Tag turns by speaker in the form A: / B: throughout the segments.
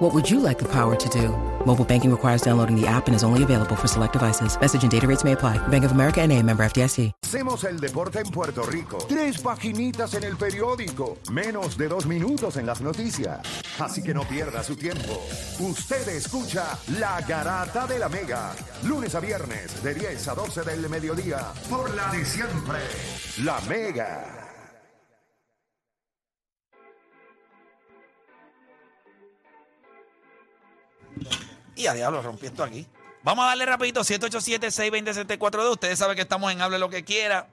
A: What would you like the power to do? Mobile banking requires downloading the app and is only available for select devices. Message and data rates may apply. Bank of America and a member FDIC.
B: Hacemos el deporte en Puerto Rico. Tres paginitas en el periódico. Menos de dos minutos en las noticias. Así que no pierda su tiempo. Usted escucha La Garata de la Mega. Lunes a viernes de 10 a 12 del mediodía. Por la de siempre. La Mega.
C: Y a diablo, rompí esto aquí. Vamos a darle rapidito, 787-620-6442. Ustedes saben que estamos en Hable Lo Que Quiera.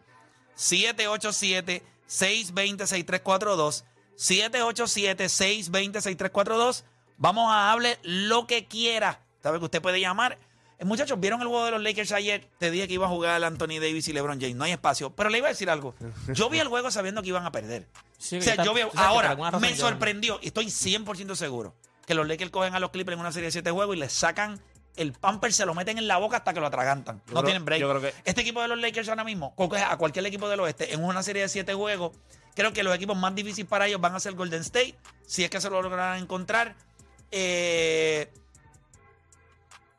C: 787-620-6342. 787-620-6342. Vamos a Hable Lo Que Quiera. Sabe que usted puede llamar. Eh, muchachos, ¿vieron el juego de los Lakers ayer? Te dije que iba a jugar Anthony Davis y LeBron James. No hay espacio. Pero le iba a decir algo. Yo vi el juego sabiendo que iban a perder.
D: Sí,
C: o
D: que
C: sea,
D: tam-
C: yo vi-
D: tú sabes que por
C: ahora
D: alguna razón
C: me
D: yo no-
C: sorprendió, y estoy 100% seguro, que los Lakers cogen a los Clippers en una serie de 7 juegos y les sacan el pamper, se lo meten en la boca hasta que lo atragantan. no
D: creo-
C: tienen break.
D: yo creo que-
C: Este equipo de los Lakers ahora mismo, coge a cualquier equipo del oeste, en una serie de 7 juegos, creo que los equipos más difíciles para ellos van a ser Golden State, si es que se lo logran encontrar. Eh,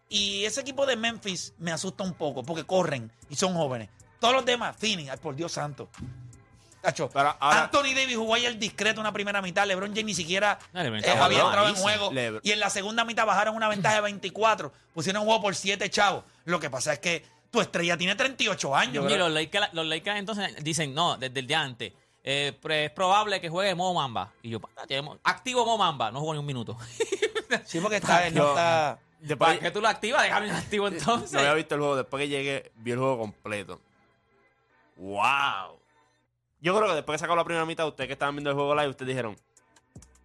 C: y ese equipo de Memphis me asusta un poco porque corren y son jóvenes. Todos los demás, Finney, ay, por Dios santo. Tacho,
E: Pero ahora-
C: Anthony Davis jugó ayer discreto una primera mitad. LeBron James ni siquiera
D: No, LeBron
C: eh,
D: estaba
C: había entrado en
E: malísimo.
C: juego.
E: Lebr-
C: Y en la segunda mitad bajaron una ventaja de 24. Pusieron un juego por 7 chavos. Lo que pasa es que tu estrella tiene 38 años.
D: Y los Lakers, los Lakers entonces dicen, no, desde el día antes. eh, pre- es probable que juegue Mo Mamba. Y yo, "Pata, tenemos- activo Mo Mamba. No jugó ni un minuto.
C: Sí, porque está, no
E: Yo-
C: está-
E: Después,
D: ¿Para qué tú lo activas? Déjame inactivo entonces.
E: no había visto el juego. Después que llegué, vi el juego completo. ¡Wow! Yo creo que después que sacó la primera mitad, ustedes que estaban viendo el juego live, ustedes dijeron,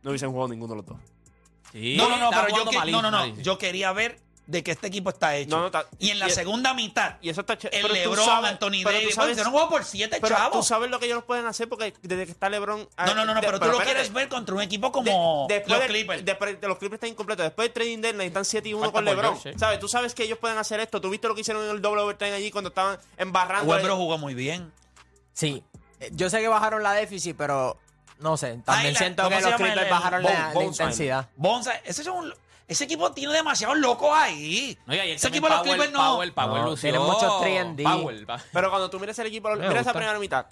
E: no hubiesen jugado ninguno de los dos.
D: Sí,
C: No, no, no,
D: está
C: pero yo,
D: jugando
C: que-
D: malísimo,
C: no, no, no.
D: malísimo.
C: yo quería ver de qué este equipo está hecho.
E: No, no, está-
C: y en la
E: y- e-
C: segunda mitad,
E: Y eso está ch-
C: el
E: pero tú
C: LeBron,
E: sabes-
C: Anthony
E: pero tú
C: Davis,
E: sabes-
C: bueno, hicieron un juego por 7
E: Pero tú
C: chavos.
E: sabes lo que ellos pueden hacer porque desde que está LeBron...
C: No, no, no, no, pero, tú lo
E: Ah, espérate,
C: quieres ver contra un equipo como
E: de- después
C: los
E: del-
C: Clippers.
E: después de los Clippers están incompletos. Después del trading deadline están 7 y 1
D: Falta
E: con
D: por
E: LeBron.
C: eh.
D: George, sí.
E: ¿Sabes? Tú sabes que ellos pueden hacer esto. ¿Tú viste lo que hicieron en el doble overtime allí cuando estaban embarrando?
C: Westbrook jugó muy bien.
F: Sí. Eh, Yo sé que bajaron la déficit, pero no sé. También
C: la-
F: siento
C: ¿cómo
F: que
C: se
F: los
C: llama el-
F: Clippers
C: el-
F: bajaron
E: Bones-
F: la, la
E: Bones
F: intensidad.
C: Bonza, ese, es un- ese equipo tiene demasiados locos ahí.
D: No, y ayer
C: ese
D: también
C: equipo de los
D: Powell-
C: Clippers no.
D: Powell, Powell
F: No,
D: lució.
F: tiene muchos 3&D.
D: Powell, pa-
E: Pero cuando tú miras el equipo, miras esa
F: gusta.
E: primera mitad.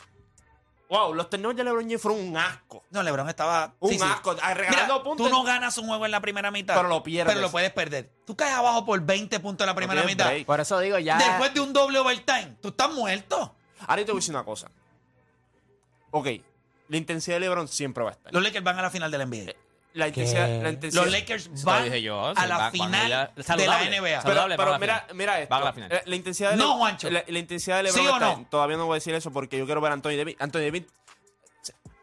E: Wow, los turnovers de LeBron James fueron un asco.
C: No, LeBron estaba.
E: Un
C: sí, sí.
E: asco. ah, Regalando
C: Mira,
E: puntos.
C: Tú no ganas un juego en la primera mitad.
E: Pero lo pierdes.
C: Pero lo puedes perder. Tú caes abajo por 20 puntos en la primera
E: tienes
C: mitad.
E: break.
F: Por eso digo, ya.
C: Después de un doble overtime, tú estás muerto.
E: Ahora yo te voy a decir una cosa. Ok, la intensidad de LeBron siempre va a estar.
C: Los Lakers van a la final de la NBA.
E: La intensidad.
F: ¿Qué?
E: La intensidad
C: Los Lakers
D: Eso
C: van
D: lo dije yo,
C: a
D: sí,
C: la
D: van- van
C: final
D: a la-
C: de la
D: saludable.
C: NBA.
D: Saludable.
E: Pero,
D: Saludable, van
E: pero
D: a la
E: mira,
D: final.
E: mira esto.
D: Van a la final.
E: La, la intensidad de
C: No, Juancho.
E: La, la intensidad de
C: ¿Sí
E: LeBron
C: o
E: está-
C: no?
E: Todavía no voy a decir eso porque yo quiero ver a Anthony Davis. Anthony Davis.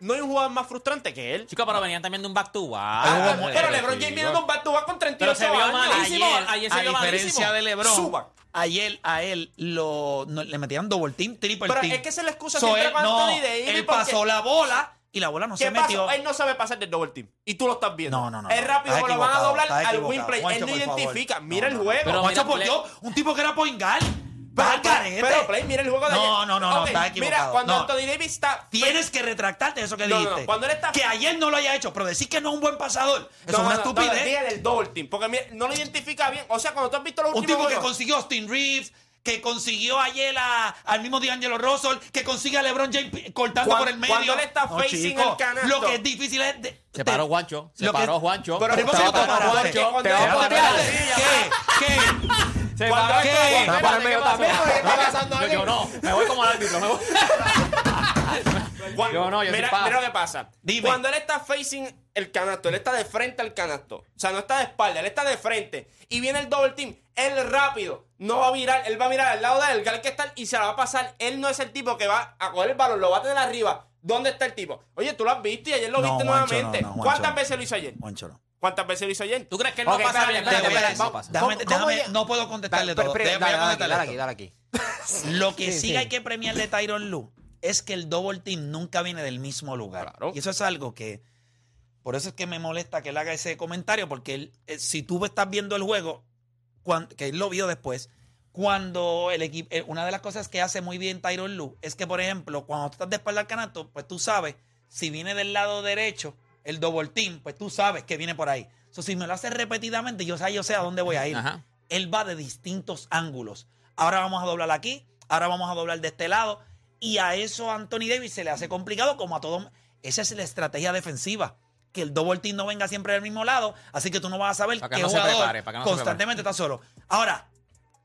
E: No hay un jugador más frustrante que él.
D: Chicos, pero venían también de un back to back.
E: Ah,
C: hubo-
E: pero LeBron James viene de un back to back con
D: Pero
E: 38
D: se vio
E: años.
D: malísimo.
E: Ayer-
D: Ayer
C: a
D: se vio
C: diferencia
D: malísimo.
C: de LeBron,
E: Suban.
C: ayer a él lo, no, le metían double team, triple
E: Pero
C: team.
E: es que esa es la excusa
C: So,
E: siempre
C: él,
E: con
C: no,
E: Anthony Davis.
C: Él
E: porque-
C: pasó la bola y la bola no
E: ¿Qué
C: se
E: pasó?
C: metió.
E: Él no sabe pasar del double team. Y tú lo estás viendo.
C: No, no, no,
E: Es
C: no.
E: rápido,
C: Estás
E: lo van a
C: equivocado,
E: doblar
C: estás
E: al win
C: equivocado.
E: play.
C: Juancho,
E: él no
C: por favor.
E: identifica.
C: No,
E: Mira
C: no,
E: el
C: no.
E: juego.
D: Pero
C: Juancho,
D: mira,
C: por
D: Play-
C: Dios, un tipo que era point guard.
E: Pero,
C: Va al garete.
E: pero, Play, mira el juego de
C: No,
E: ayer.
C: no, no, no,
E: Ok,
C: está equivocado.
E: Mira, cuando
C: No.
E: Anthony Davis está.
C: Tienes que retractarte de eso que
E: No, no,
C: dijiste.
E: no, cuando él está-
C: Que ayer no lo haya hecho, pero decir que no es un buen pasador. Eso
E: No,
C: es una
E: no, no,
C: estupidez.
E: dile del double team. Porque mira, no lo identifica bien. O sea, cuando tú has visto los
C: un
E: últimos
C: tipo que
E: juegos-
C: consiguió a Austin Reeves, que consiguió ayer a- al mismo D'Angelo Russell, que consigue a LeBron James p- cortando
E: Cuan-
C: por el medio.
E: cuando él está facing
C: chico,
E: el canasto.
C: Lo que es difícil es... de- de-
D: Se paró Juancho. Se
C: lo que-
D: paró Juancho.
E: Pero
C: ¿Pero por qué
E: te
C: te
E: va a parar,
C: paraste?
E: Juancho, cuando
F: Te va a
E: él está-
F: patear.
C: ¿Qué? ¿Qué?
D: Se
E: Cuando
D: paró.
E: él está-
C: ¿Qué?
E: Espérate,
F: Va a ponerme
E: ¿qué
F: yo
E: pasa?
F: también.
E: Mira, ¿qué está pasando
D: Yo,
E: ahí?
D: yo no, me voy como el árbitro, me voy.
E: Juan,
D: Yo no, yo soy
E: mira,
D: pavo.
E: mira lo que pasa.
C: Dime.
E: Cuando él está facing el canasto, él está de frente al canasto. O sea, no está de espalda, él está de frente. Y viene el double team. Él rápido no va a mirar, él va a mirar al lado del gal que está y se la va a pasar. Él no es el tipo que va a coger el balón, lo va a tener arriba. ¿Dónde está el tipo? Oye, tú lo has visto y ayer lo
C: No,
E: viste
C: Juancho,
E: nuevamente.
C: no, no, Juancho.
E: ¿Cuántas veces lo hizo ayer?
C: Juancho, no.
E: ¿Cuántas veces lo hizo ayer?
D: ¿Tú crees que él no
F: Ok,
D: pasa
F: espérate,
D: bien?
C: Te voy a
F: espérate,
D: Déjame-
C: decir-
F: vamos,
D: pasa.
C: déjame-
F: ¿Cómo- cómo
C: déjame-
F: llega-
C: No puedo contestarle
F: Pero-
C: todo.
F: pero-
C: Déjame-
F: dale,
C: voy a
F: dale, aquí,
C: contestarle
F: dale aquí,
C: todo.
F: dale aquí.
C: Lo que
F: Sí,
C: sí,
F: sí.
C: hay que premiarle a Tyron Lu es que el double team nunca viene del mismo lugar.
E: Claro.
C: Y eso es algo que. Por eso es que me molesta que él haga ese comentario, porque él, eh, si tú estás viendo el juego, cuan- que él lo vio después, cuando el equipo. eh, una de las cosas que hace muy bien Tyron Lu es que, por ejemplo, cuando tú estás de espalda al canasto, pues tú sabes, si viene del lado derecho, el double team, pues tú sabes que viene por ahí. Eso si me lo haces repetidamente, yo sé, yo sé a dónde voy a ir.
D: Ajá.
C: Él va de distintos ángulos. Ahora vamos a doblar aquí, ahora vamos a doblar de este lado. Y a eso a Anthony Davis se le hace complicado como a todo. Esa es la estrategia defensiva. Que el double team no venga siempre del mismo lado. Así que tú no vas a saber
D: Para que
C: qué
D: no se
C: jugador
D: prepare, para que no se
C: constantemente está solo. Ahora,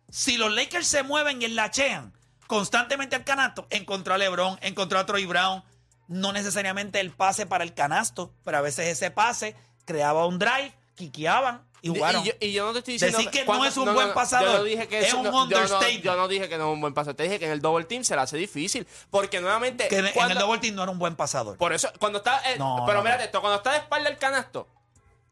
C: si los Lakers se mueven y lachean constantemente al canasto, encontrar a LeBron, encontrar a Troy Brown, no necesariamente el pase para el canasto, pero a veces ese pase creaba un drive, quiqueaban y
E: Y-
C: jugaron.
E: Y, yo, y yo no te estoy
C: Decir
E: diciendo
C: que no
E: cuántas-
C: es un buen pasador
E: Yo no dije que
C: es
E: eso-
C: un
E: no, yo no-
C: understatement.
E: Yo no, dije que no es un buen pasador. Te dije que en el double team se le hace difícil. Porque nuevamente.
C: que en- en
E: cuando-
C: el double team no era un buen pasador.
E: Por eso, cuando está. eh,
C: No,
E: pero
C: no,
E: mira
C: no.
E: esto, cuando está de espalda el canasto,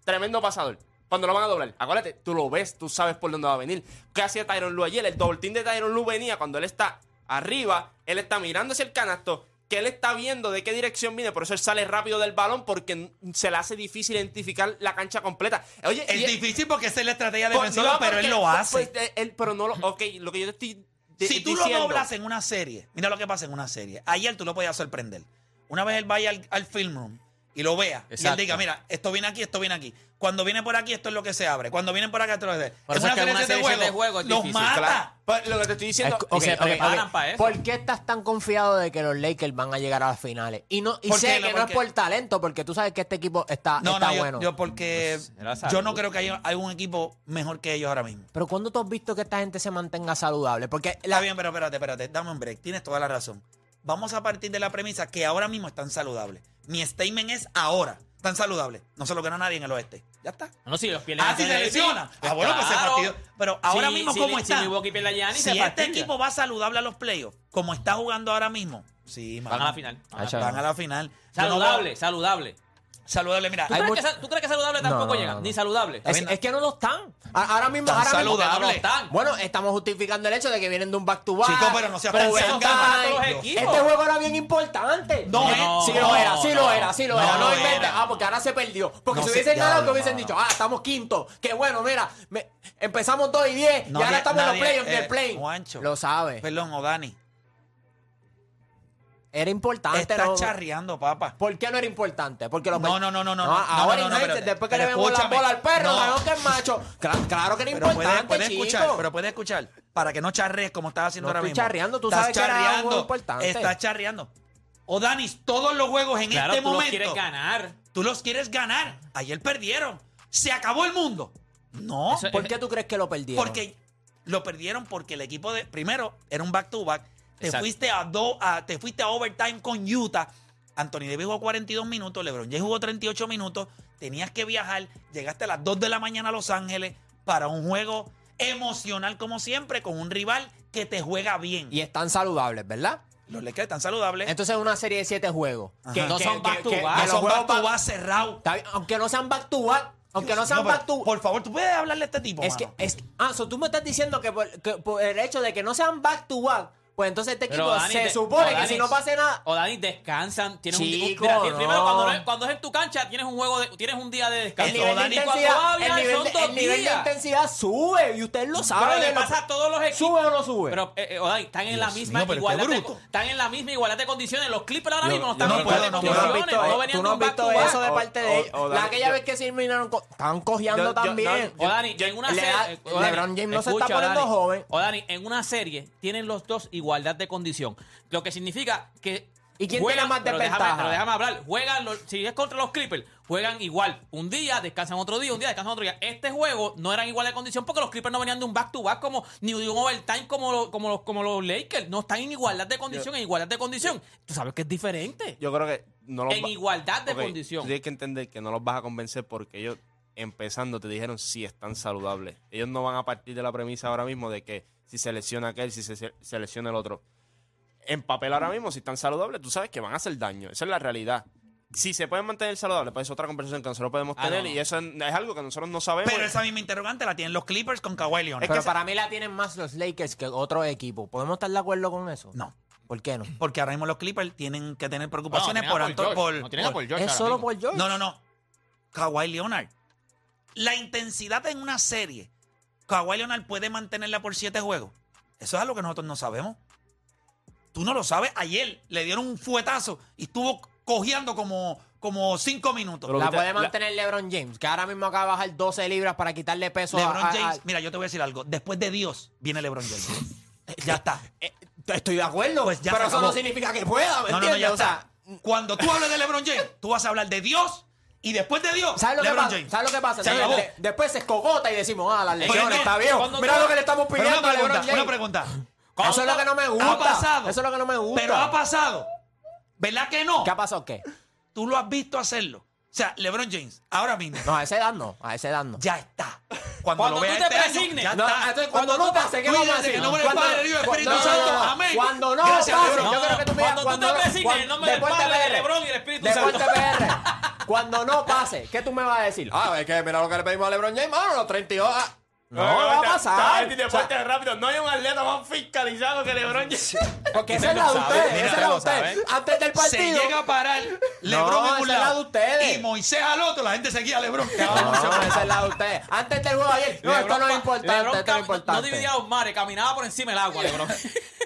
E: tremendo pasador. Cuando lo van a doblar, acuérdate, tú lo ves, tú sabes por dónde va a venir. ¿Qué hacía Tyron Lu ayer? El doble team de Tyron Lu venía cuando él está arriba, él está mirando hacia el canasto, que él está viendo de qué dirección viene, por eso él sale rápido del balón porque n- se le hace difícil identificar la cancha completa. Oye,
C: es
E: y-
C: difícil porque esa es la estrategia
E: pues,
C: defensiva,
E: no,
C: pero
E: porque-
C: él lo
E: pues,
C: hace.
E: pues, él- pero no lo. Ok, lo que yo te estoy. de-
C: si tú
E: diciendo-
C: lo doblas en una serie, mira lo que pasa en una serie. Ayer tú lo podías sorprender. Una vez él vaya al, al film room y lo vea, y él
D: Exacto.
C: diga, mira, esto viene aquí, esto viene aquí. Cuando viene por aquí, esto es lo que se abre. Cuando viene por acá, esto es lo que se
D: Por eso es que en una serie de siete juegos es
C: los
D: difícil,
C: mata.
E: Claro, pues, lo que te estoy diciendo.
F: Es-
D: y
F: ok,
D: se
F: ok,
D: preparan
F: ok.
D: para eso.
F: ¿Por qué estás tan confiado de que los Lakers van a llegar a las finales? Y, no, y
C: ¿Por
F: sé
C: qué?
F: que
C: No,
F: no, es
C: porque-
F: por talento, porque tú sabes que este equipo está,
C: No,
F: está
C: no, yo,
F: bueno.
C: yo porque
D: Pues, era salud.
C: yo no creo que haya, hay un equipo mejor que ellos ahora mismo.
F: Pero ¿cuándo tú has visto que esta gente se mantenga saludable? Porque la,
C: Está bien, pero espérate, espérate, dame un break. Tienes toda la razón. Vamos a partir de la premisa que ahora mismo están saludables. Mi statement es ahora. Están saludables. No se lo gana nadie en el oeste. Ya está.
D: No, si los pierden.
C: Ah, si se
D: Anthony Davis,
C: lesiona. Ah, bueno, pues se
D: claro.
C: fastidió. Pero ahora
D: Si-
C: mismo,
D: si-
C: ¿cómo
D: si
C: está?
D: Milwaukee pierde a Giannis,
C: si
D: se
C: este
D: fastidia.
C: equipo va saludable a los playoffs, como está jugando ahora mismo, sí,
D: Van
C: mano,
D: a la final. Van a la
F: Hacha.
D: final.
C: Van a la final. Yo no voy a-
D: Saludable, saludable.
C: saludable, mira.
D: ¿Tú
F: Hay
D: crees,
F: mucho-
D: que, sa- tú crees que saludable
F: No,
D: tampoco
F: no,
D: llega?
F: no, no.
D: Ni saludable.
F: es,
C: bien.
F: es que no lo están. A- ahora mismo,
C: Tan
F: ahora mismo-
C: saludable.
D: No están.
F: Bueno, estamos justificando el hecho de que vienen de un back to back.
C: Chico, pero no seas tan
F: overtime.
C: sangrado.
D: Todos los equipos.
F: Este juego era bien importante. Eh,
C: No,
D: no,
F: sí lo era, sí lo
D: no,
F: era, sí lo
C: no
F: era. No
C: era.
F: inventes. Ah, porque ahora se perdió. Porque
C: No
F: si
C: sé,
F: hubiesen
C: ya,
F: ganado,
C: no,
F: te hubiesen
C: no, no.
F: dicho, ah, estamos quinto. Qué bueno, mira, me- empezamos 2 y 10 y
C: Nadie-
F: ahora estamos en
C: nadie-
F: los playoffs
C: eh,
F: del play.
C: Juancho.
F: Lo sabe.
C: Perdón, o Dani.
F: Era importante,
C: Estás
F: ¿no?
C: charreando, papá.
F: ¿Por qué no era importante? Porque los
C: No, no, no, no, no, no,
F: ahora
C: no, no, no,
F: inventes,
C: pero-
F: después que le
C: pero
F: vemos la
C: escúchame.
F: bola al perro,
C: No.
F: ganó que es macho. Cla- Claro que era
C: Pero puedes,
F: importante,
C: puedes
F: chico.
C: escuchar, pero puedes escuchar. Para que no charrees como estás haciendo
F: No
C: ahora
F: estoy
C: mismo.
F: charreando, tú
C: Estás
F: sabes que era algo importante.
C: Estás charreando. O Danis, todos los juegos en
D: Claro,
C: este
D: tú los
C: momento.
D: quieres ganar.
C: Tú los quieres ganar. Ayer perdieron. Se acabó el mundo. No,
D: Eso-
F: ¿Por qué tú crees que lo perdieron?
C: porque lo perdieron porque el equipo de primero era un back to back. Te
D: Exacto.
C: fuiste a, do- a- te fuiste a overtime con Utah. Anthony Davis jugó 42 minutos, LeBron James jugó 38 minutos. Tenías que viajar, llegaste a las 2 de la mañana a Los Ángeles para un juego emocional como siempre con un rival que te juega bien.
F: Y están saludables, ¿verdad?
C: Los Lakers están saludables.
F: Entonces es una serie de siete juegos.
C: Eh. Ajá.
D: No son back to back.
C: que
F: los
C: son
F: juegos
C: back to
F: back-
C: back cerrados.
F: Está bien, Aunque no sean back to back. Aunque no
C: Dios,
F: sean
C: no, pero,
F: back to
C: Por favor, tú puedes hablarle a este tipo.
F: Es que,
C: mano?
F: es que- ah, so tú me estás diciendo que por, que por el hecho de que no sean back to back, pues entonces este equipo
D: Pero Dani,
F: se
D: de-
F: supone
D: o
F: que
D: Dani-
F: si no pase nada.
D: O Dani, descansan. Tienes un- un,
F: Chico,
D: mira, ti- Primero,
F: no.
D: cuando, no es- cuando es en tu cancha, tienes un juego de, tienes un día de descanso.
F: El nivel, de
C: Dani,
D: cuando
F: intensidad,
D: vas a
F: el
D: viajar,
F: nivel
D: son
F: de-
D: dos
F: el nivel de
D: días.
F: intensidad sube y usted lo sabe.
D: Pero le
F: lo-
D: pasa a todos los equipos.
F: ¿Sube o no sube?
D: Pero, eh, eh, Odai, están en
C: Dios
D: la misma
C: mío, pero qué
D: igualdad de,
C: bruto.
D: están en la misma igualdad de condiciones. Los Clippers ahora
E: Yo-
D: mismo no
E: yo
D: están
C: no
D: en igualdad
C: puedo,
D: de
C: no
F: tú no has
D: condiciones. No,
F: visto, eh,
D: venían
F: tú
D: de
F: no
D: un
F: has
D: back
F: visto
D: to back.
F: eso de
E: O-
F: parte
E: o-
F: de ellos.
E: o
F: La
E: Dani,
F: aquella
E: yo-
F: vez que terminaron, con- estaban cojeando
E: Yo- yo-
F: también.
E: no,
D: O Dani, en una
F: Le
D: serie.
F: da-
D: eh, o Dani,
F: LeBron James no se está
D: escucha,
F: poniendo
D: Dani.
F: joven.
D: O Dani, en una serie tienen los dos igualdad de condición. Lo que significa que.
F: ¿Y quién tiene más
D: pero
F: desventaja?
D: Déjame, pero déjame hablar. Juegan, los- si es contra los Clippers, juegan igual. Un día descansan otro día, un día descansan otro día. Este juego no eran igual de condición porque los Clippers no venían de un back-to-back como ni de un overtime como, los- como, los, como los Lakers. No están en igualdad de condición, en igualdad de condición. Tú sabes que es diferente.
E: Yo creo que no los
D: En
E: va-
D: igualdad de
E: Ok,
D: condición.
E: Tú tienes que entender que no los vas a convencer porque ellos empezando te dijeron si están saludables. Ellos no van a partir de la premisa ahora mismo de que si se lesiona aquel, si se, se lesiona el otro. En papel ahora mismo, si están saludables, tú sabes que van a hacer daño. Esa es la realidad. si se pueden mantener saludables, pues es otra conversación que nosotros podemos
D: Ah,
E: tener
D: no, no.
E: y eso es, es algo que nosotros no sabemos.
C: Pero esa misma interrogante la tienen los Clippers con Kawhi Leonard.
F: Pero para mí la tienen más los Lakers que otro equipo. ¿Podemos estar de acuerdo con eso?
C: No,
F: ¿Por qué no?
C: porque ahora mismo los Clippers tienen que tener
D: No,
C: preocupaciones
D: tienen a
C: por,
D: Paul
C: Anto-
D: George.
C: por-
D: No tienen a
C: por-
D: Paul George.
F: Es
D: ahora
F: solo
D: mismo.
F: por George.
C: No, no, no. Kawhi Leonard. La intensidad en una serie, Kawhi Leonard puede mantenerla por siete juegos. Eso es algo que nosotros no sabemos. Tú no lo sabes. Ayer le dieron un fuetazo y estuvo cojeando como, como cinco minutos.
E: Pero-
F: La
E: Porque
F: puede
E: la-
F: mantener LeBron James, que ahora mismo acaba de bajar 12 libras para quitarle peso a-
C: LeBron
F: a- a-
C: James, mira, yo te voy a decir algo. Después de Dios, viene LeBron James. ya está.
F: Eh, Estoy de acuerdo,
C: Pues ya
F: pero
C: se
F: eso no
C: acabó.
F: significa que pueda, ¿me
C: No, no, no,
F: entiendes?
C: ya
F: o sea,
C: está. Cuando tú hables de LeBron James, tú vas a hablar de Dios y después de Dios,
F: ¿sabes lo, que
C: LeBron
F: pasa?
C: James.
F: ¿Sabes lo que pasa?
C: Se
F: Entonces,
C: acabó.
F: de- después se escogota y decimos, ah, las
C: Pero
F: lesiones,
C: entonces,
F: está viejo.
D: cuando
F: Mira
D: tú-
F: lo que le estamos
C: Pero
F: pidiendo
C: una
F: a LeBron
C: pregunta,
F: James.
C: una pregunta.
F: Eso es lo que no me gusta.
C: Ha pasado.
F: Eso es lo que no me gusta.
C: Pero ha pasado. ¿Verdad que no?
F: ¿Qué ha pasado qué?
C: Tú lo has visto hacerlo. O sea, LeBron James, ahora mismo,
F: No, a esa edad no, a esa edad no.
C: ya está. Cuando,
D: Cuando
C: lo veas
D: tú te
C: este año,
D: presignes.
C: ya
F: No,
C: está.
F: entonces,
D: Cuando
F: cuando, no
D: no
F: pase, ¿qué vamos a
C: cuídate,
F: decir?
C: que no muere el
F: Cuando-
C: Padre, el Hijo y el
F: cuando-
C: Espíritu
F: no, no,
C: Santo.
F: no, no.
C: Amén.
F: Cuando no
C: Gracias,
F: pase,
C: Pedro.
F: yo quiero que tú me digas,
D: Cuando tú te
F: no-
D: presignes
F: cuando-
D: el nombre del
F: Deporte
D: Padre,
F: PR,
D: Lebrón y el Espíritu
F: Deporte
D: Santo.
F: PR. Cuando no pase, ¿qué tú me vas a decir? Ah, es que mira lo que le pedimos a LeBron James, mano, los 32. ah. No, no va a pasar.
E: Está,
F: O sea,
E: rápido. No hay un atleta más fiscalizado que LeBron James.
F: porque esa
D: Ustedes
F: es la de
D: lo saben,
F: ustedes,
D: mira,
F: esa es la de
D: ustedes lo
F: ustedes. Antes del
C: Se
F: partido.
C: llega a parar LeBron
F: No,
C: en un
F: esa es la
C: lado
F: de ustedes.
C: y Moisés al otro, la gente seguía a LeBron.
F: No, esa es la de ustedes. Antes del juego ayer. No, esto
D: Lebron
F: no
D: pa-
F: es
D: Lebron
F: importante, esto no
D: cam-
F: es
D: No dividía
F: importante.
D: los mares, caminaba por encima del agua, Lebron.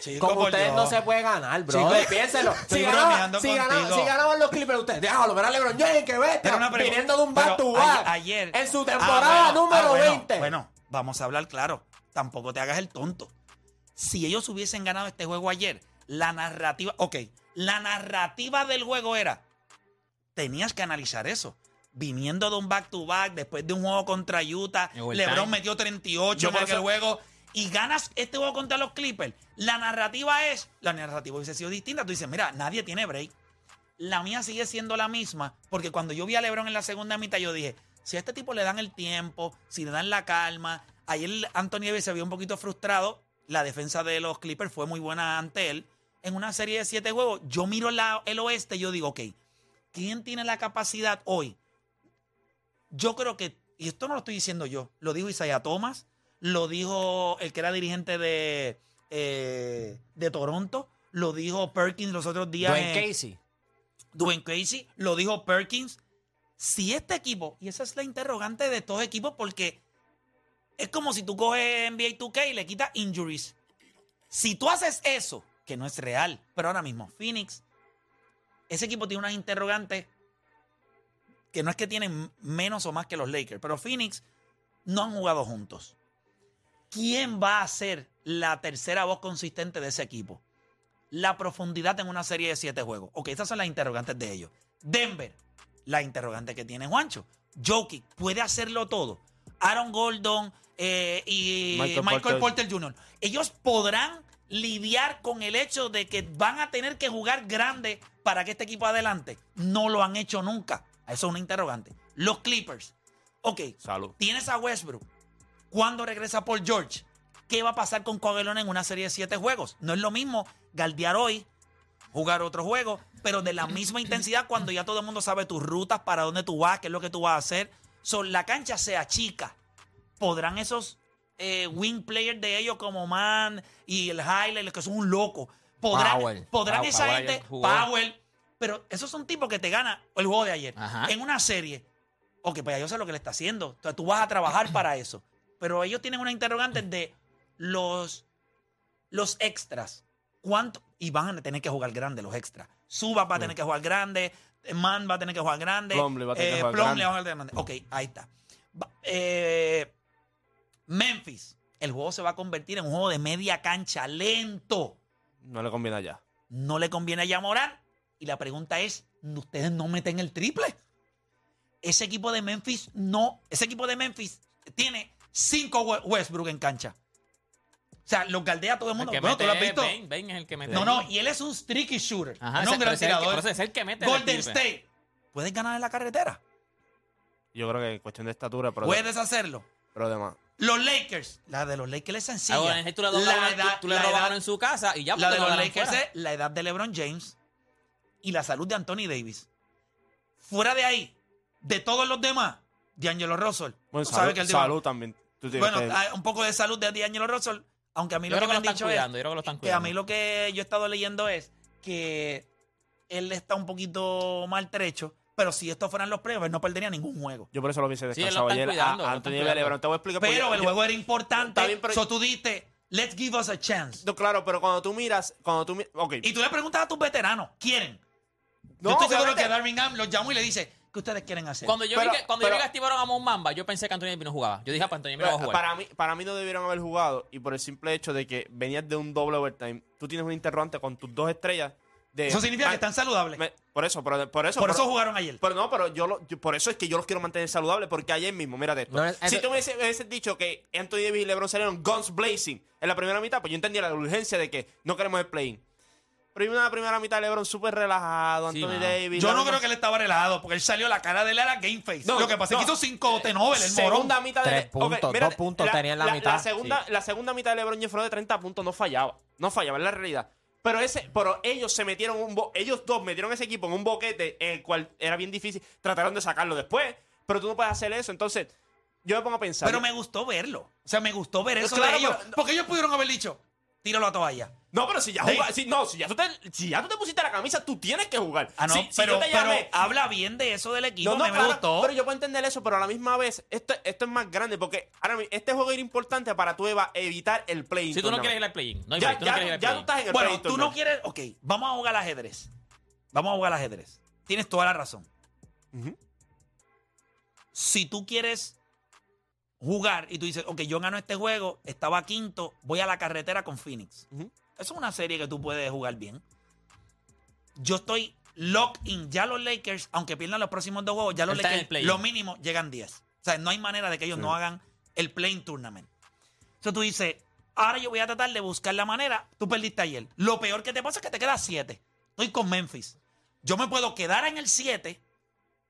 C: Chico,
F: Como
C: por
F: ustedes
C: Dios.
F: no se puede ganar, bro.
C: Chico,
F: piénselo.
C: estoy
F: Si
C: bromeando
F: ganaban, si, ganaban-
C: contigo.
F: si ganaban los Clippers, ustedes, déjalo, verá LeBron James, que
C: Pero
F: bestia.
C: una pregunta.
F: Viniendo de un
C: Pero
F: back to
C: a-
F: back.
C: Ayer.
F: En su
C: Ah,
F: temporada
C: bueno,
F: número
C: ah, bueno,
F: 20.
C: Bueno, vamos a hablar claro. Tampoco te hagas el tonto. Si ellos hubiesen ganado este juego ayer, la narrativa. Ok, la narrativa del juego era. Tenías que analizar eso. Viniendo de un back to back, después de un juego contra Utah,
D: En overtime.
C: LeBron metió 38
E: Yo
C: en
E: por
C: aquel
E: eso-
C: juego y ganas este juego contra los Clippers. La narrativa es. La narrativa hubiese sido distinta. Tú dices, mira, nadie tiene break la mía sigue siendo la misma, porque cuando yo vi a Lebron en la segunda mitad, yo dije, si a este tipo le dan el tiempo, si le dan la calma, ayer Anthony Davis se vio un poquito frustrado, la defensa de los Clippers fue muy buena ante él, en una serie de siete juegos, yo miro la- el oeste y yo digo, ok, ¿quién tiene la capacidad hoy? Yo creo que, y esto no lo estoy diciendo yo, lo dijo Isaiah Thomas, lo dijo el que era dirigente de, eh, de Toronto, lo dijo Perkins los otros días.
F: Dwayne
C: en-
F: Casey.
C: Dwayne Casey, lo dijo Perkins. Si este equipo, y esa es la interrogante de estos equipos, porque es como si tú coges NBA 2K y le quitas injuries. Si tú haces eso, que no es real, pero ahora mismo, Phoenix, ese equipo tiene unas interrogantes que no es que tienen menos o más que los Lakers, pero Phoenix no han jugado juntos. ¿Quién va a ser la tercera voz consistente de ese equipo? la profundidad en una serie de siete juegos. Ok, esas son las interrogantes de ellos. Denver, la interrogante que tiene Juancho. Jokic puede hacerlo todo. Aaron Gordon eh, y
E: Michael
C: Michael,
E: Porter.
C: Porter Jr. Ellos podrán lidiar con el hecho de que van a tener que jugar grande para que este equipo adelante. No lo han hecho nunca. Eso es una interrogante. Los Clippers. Ok,
E: Salud.
C: tienes a Westbrook. ¿Cuándo regresa Paul George? ¿Qué va a pasar con Cogelón en una serie de siete juegos? No es lo mismo galdear hoy, jugar otro juego, pero de la misma intensidad cuando ya todo el mundo sabe tus rutas, para dónde tú vas, qué es lo que tú vas a hacer. So, la cancha se achica. ¿Podrán esos eh, wing players de ellos como Man y el Haile, los que son un loco, podrán,
F: Powell.
C: podrán
D: Pow-
C: esa
D: Powell
C: gente,
D: jugó.
C: Powell, pero esos son tipos que te gana el juego de ayer
D: Ajá.
C: en una serie. Ok, pues ya yo sé lo que le está haciendo. Entonces tú vas a trabajar para eso. Pero ellos tienen una interrogante de los, los extras. ¿Cuánto? Y van a tener que jugar grande los extras. Suba va a tener que jugar grande. Man va a tener que jugar grande.
E: Plumlee va a tener que jugar
C: Plumlee
E: grande.
C: va a tener que jugar grande. Ok, ahí está. Va- eh, Memphis. El juego se va a convertir en un juego de media cancha lento
E: No le conviene allá.
C: no le conviene a Yamorán. Y la pregunta es, ¿ustedes no meten el triple? Ese equipo de Memphis no, ese equipo de Memphis tiene cinco We- Westbrook en cancha. O sea, los galdea todo el
D: El
C: mundo.
D: que
C: Bueno, tú lo has
D: mete
C: visto.
D: es Bane, Bane es el que mete.
C: No, no, y él es un streaky shooter.
D: Ajá,
C: no
D: ese-
C: un gran
D: pero ese es el que-
C: tirador.
D: pero ese es el que mete el
C: Golden
D: triple.
C: State. Puedes ganar en la carretera.
E: Yo creo que en cuestión de estatura, pero, de,
C: Puedes hacerlo.
E: pero demás.
C: Los Lakers. La de los Lakers es
D: Ah, bueno,
C: sencilla.
D: entonces tú le doblas-
C: La
D: tú-
C: edad-
D: tú le
C: la
D: robaron
C: edad-
D: en su casa y ya
C: la
D: porque
C: de
D: lo
C: los
D: ganaron
C: Lakers
D: fuera.
C: es la edad de LeBron James y la salud de Anthony Davis. Fuera de ahí, de todos los demás, D'Angelo Russell.
E: Bueno,
C: Tú
E: salud,
C: sabes que él dijo-
E: salud también. Tú tienes
C: bueno,
E: que-
C: hay un poco de salud de D'Angelo Russell, aunque a mí
D: Yo
C: lo que
D: creo
C: me
D: que
C: han
D: lo están
C: dicho es
D: cuidando, yo creo que lo están
C: que a mí
D: cuidando.
C: lo que yo he estado leyendo es que él está un poquito maltrecho, pero si esto fueran los playoffs, él no perdería ningún juego.
E: yo por eso lo hubiese
D: Sí, lo
E: descansado
D: están
E: ayer
D: cuidando, lo
E: a
D: están
E: Anthony
D: cuidando.
E: Lebron. Te voy a explicar. porque
C: Pero
E: yo-
C: el juego era importante,
G: Está bien, pero-
C: so tú diste, let's give us a chance.
E: No, claro, pero cuando tú miras, cuando tú miras, ok,
C: Y tú le preguntas a tus veteranos, ¿quieren?
G: No,
C: yo estoy seguro
G: obviamente.
C: que Darwin Ham los llamó y le dice, ¿qué ustedes quieren hacer?
D: Cuando yo
E: Pero-
D: vi que, cuando yo
E: pero-
D: vi que activaron a Mon Mamba, yo pensé que Anthony Davis no jugaba. Yo dije, ah, pues Anthony Davis no va a jugar.
E: para mí, para mí no debieron haber jugado y por el simple hecho de que venías de un doble overtime, tú tienes un interrogante con tus dos estrellas de
C: eso significa
E: Ah,
C: que están saludables.
E: me- por eso, por, por eso,
C: Por
E: pero-
C: eso jugaron ayer.
E: Pero no, pero yo, lo- yo- por eso es que yo los quiero mantener saludables porque ayer mismo, mírate esto.
F: No, es-
E: si
F: eso-
E: tú me hubiese- hubieses dicho que Anthony Davis y LeBron salieron guns blazing en la primera mitad, pues yo entendía la urgencia de que no queremos el play-in. Pero en la primera mitad LeBron súper relajado,
D: Sí,
E: Anthony
D: mano.
E: Davis.
C: Yo
E: la
C: no
E: misma-
C: creo que él estaba relajado, porque él salió la cara de él era game face.
E: No,
C: Lo que pasa es que
E: no.
C: hizo cinco tenovel, el morón.
E: segunda mitad de
F: Tres
E: ok,
F: puntos,
E: mira,
F: dos puntos tenía en la mitad,
E: segunda, la segunda mitad de LeBron James fue de 30 puntos, no fallaba. No fallaba, es la realidad. Pero ese, pero ellos se metieron un bo- ellos dos metieron ese equipo en un boquete en el cual era bien difícil. Trataron de sacarlo después, pero tú no puedes hacer eso. Entonces, yo me pongo a pensar.
C: Pero me gustó verlo. O sea, me gustó ver
E: Pues
C: eso
E: claro,
C: de ellos.
E: pero-
C: Porque ellos pudieron haber dicho, tíralo a toalla.
E: No, pero si ya
C: Sí.
E: jugas, si, no, si ya tú te, si ya tú te pusiste la camisa, tú tienes que jugar.
C: Ah, no,
E: Si- si
C: pero,
E: yo te
C: pero
E: llamé-
C: habla bien de eso del equipo.
E: No, no,
C: me, me
E: claro,
C: gustó.
E: Pero yo puedo entender eso, pero a la misma vez, esto, esto es más grande porque ahora mismo, este juego era importante para tú Eva, evitar el play.
D: Si tú no quieres ir al play-in, no hay
E: ya,
D: break, tú
E: ya,
D: no quieres ir al
E: ya tú
D: play-in.
E: estás en el
C: bueno,
E: play-in
C: tú no
E: tournament.
C: quieres. Ok, vamos a jugar al ajedrez. Vamos a jugar al ajedrez. Tienes toda la razón.
E: Ujú.
C: Si tú quieres jugar y tú dices, ok, yo gano este juego, estaba quinto, voy a la carretera con Phoenix.
E: Ujú.
C: Eso es una serie que tú puedes jugar bien. Yo estoy locked in. Ya los Lakers, aunque pierdan los próximos dos juegos, ya los
D: Están en el
C: Lakers,
D: play-in.
C: lo mínimo, llegan 10. O sea, no hay manera de que ellos no hagan el play tournament. Entonces tú dices, ahora yo voy a tratar de buscar la manera. Tú perdiste ayer. Lo peor que te pasa es que te quedas 7. Estoy con Memphis. Yo me puedo quedar en el 7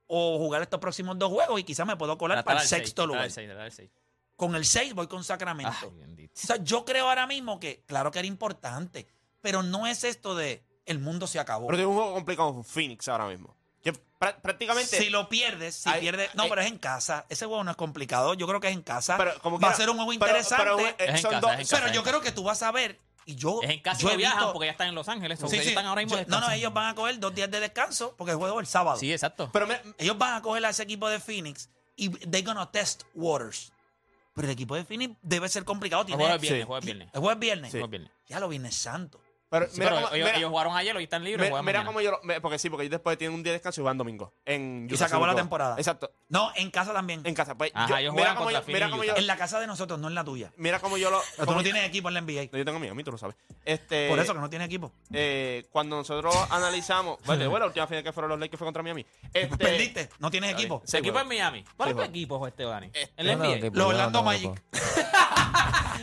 C: o jugar estos próximos dos juegos y quizás me puedo colar
D: Tratar
C: para
D: al
C: el
D: seis,
C: sexto
D: tratar
C: lugar.
D: al seis, tratar al seis.
C: Con el 6 voy con Sacramento.
D: Ay, bendito.
C: O sea, yo creo ahora mismo que, claro que era importante, pero no es esto de el mundo se acabó.
E: Pero tiene un juego complicado con Phoenix ahora mismo. Que prá- prácticamente.
C: Si lo pierdes, si
E: Ay,
C: pierdes. No,
E: ay.
C: pero es en casa. Ese juego no es complicado. Yo creo que es en casa.
E: pero como
C: Va a
E: quiera-
C: ser un juego
E: pero- pero
C: interesante. Pero,
E: un- eh,
D: Es en
E: son
D: casa,
E: dos-
D: es en casa.
C: yo creo que tú vas a ver. Y yo.
D: Es en casa
C: yo
D: no
C: he
D: viajan
C: visto-
D: porque ya están en Los Ángeles. o
C: Sí, sí.
D: sea, ellos están ahora mismo
C: Yo- no, no,
D: descansando.
C: ellos van a coger dos días de descanso porque el juego es el sábado.
D: Sí, exacto.
E: pero mira,
C: Ellos van a coger a ese equipo de Phoenix y they're gonna test waters. Pero el equipo de Phoenix debe ser complicado.
D: El
C: Tiene,
D: juego es
C: el
D: viernes,
E: Sí.
D: el juego es viernes.
C: juego es viernes.
D: El juego es viernes.
C: Ya lo viernes santo.
E: pero
D: Sí,
E: mira
D: pero
E: cómo-
D: ellos,
E: mira-
D: ellos jugaron ayer, hoy están libres.
E: mira-
D: juegan
E: mira
D: mañana.
E: cómo yo. lo- me- Porque sí, porque ellos después tienen un día de descanso y van domingo. En
C: Y se acabó la
E: Utah.
C: temporada.
E: Exacto.
C: No, en casa también.
E: En casa. Pues,
D: Ajá,
E: yo-
D: ellos
E: mira
D: juegan
E: cómo yo,
D: contra
E: mira
D: Phoenix y
E: cómo yo,
D: Utah.
C: En la casa de nosotros, no en la tuya.
E: mira cómo yo lo.
C: Pero tú
E: cómo Eh,
C: no
E: yo-
C: tienes equipo en la NBA.
E: No, yo tengo miedo, a mí tú lo sabes. Este,
C: Por eso que no tienes equipo.
E: eh, cuando nosotros analizamos. Bueno, bueno, la última final que fueron los Lakers fue contra Miami. Este,
C: Perdiste, no tienes equipo.
D: Su equipo este,
E: juega.
D: es Miami. ¿Cuál
E: Sí,
D: es tu
E: juega.
D: equipo, José Esteban? El
F: Yo no tengo
D: NBA.
C: Los
F: equipo, yo no
C: Orlando
F: tengo
C: Magic.
F: equipo.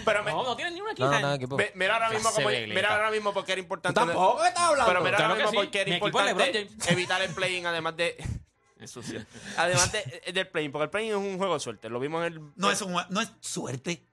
E: Pero me-
D: No, pues, no tienen ni un equipo.
F: No, no tengo equipo.
E: Ve- mira ahora mismo
D: Clase
E: como-
D: veleta.
E: mira ahora mismo porque era importante.
F: ¿Tú tampoco que estás hablando?
E: Pero mira
D: Claro
E: ahora
D: que
E: mismo
D: sí.
E: porque era
D: Mi equipo es
E: importante
D: LeBron
E: evitar el play-in además de sucio. Además de- eh, del play-in, porque el play-in es un juego de suerte. Lo vimos en el
C: No es, un- no es suerte.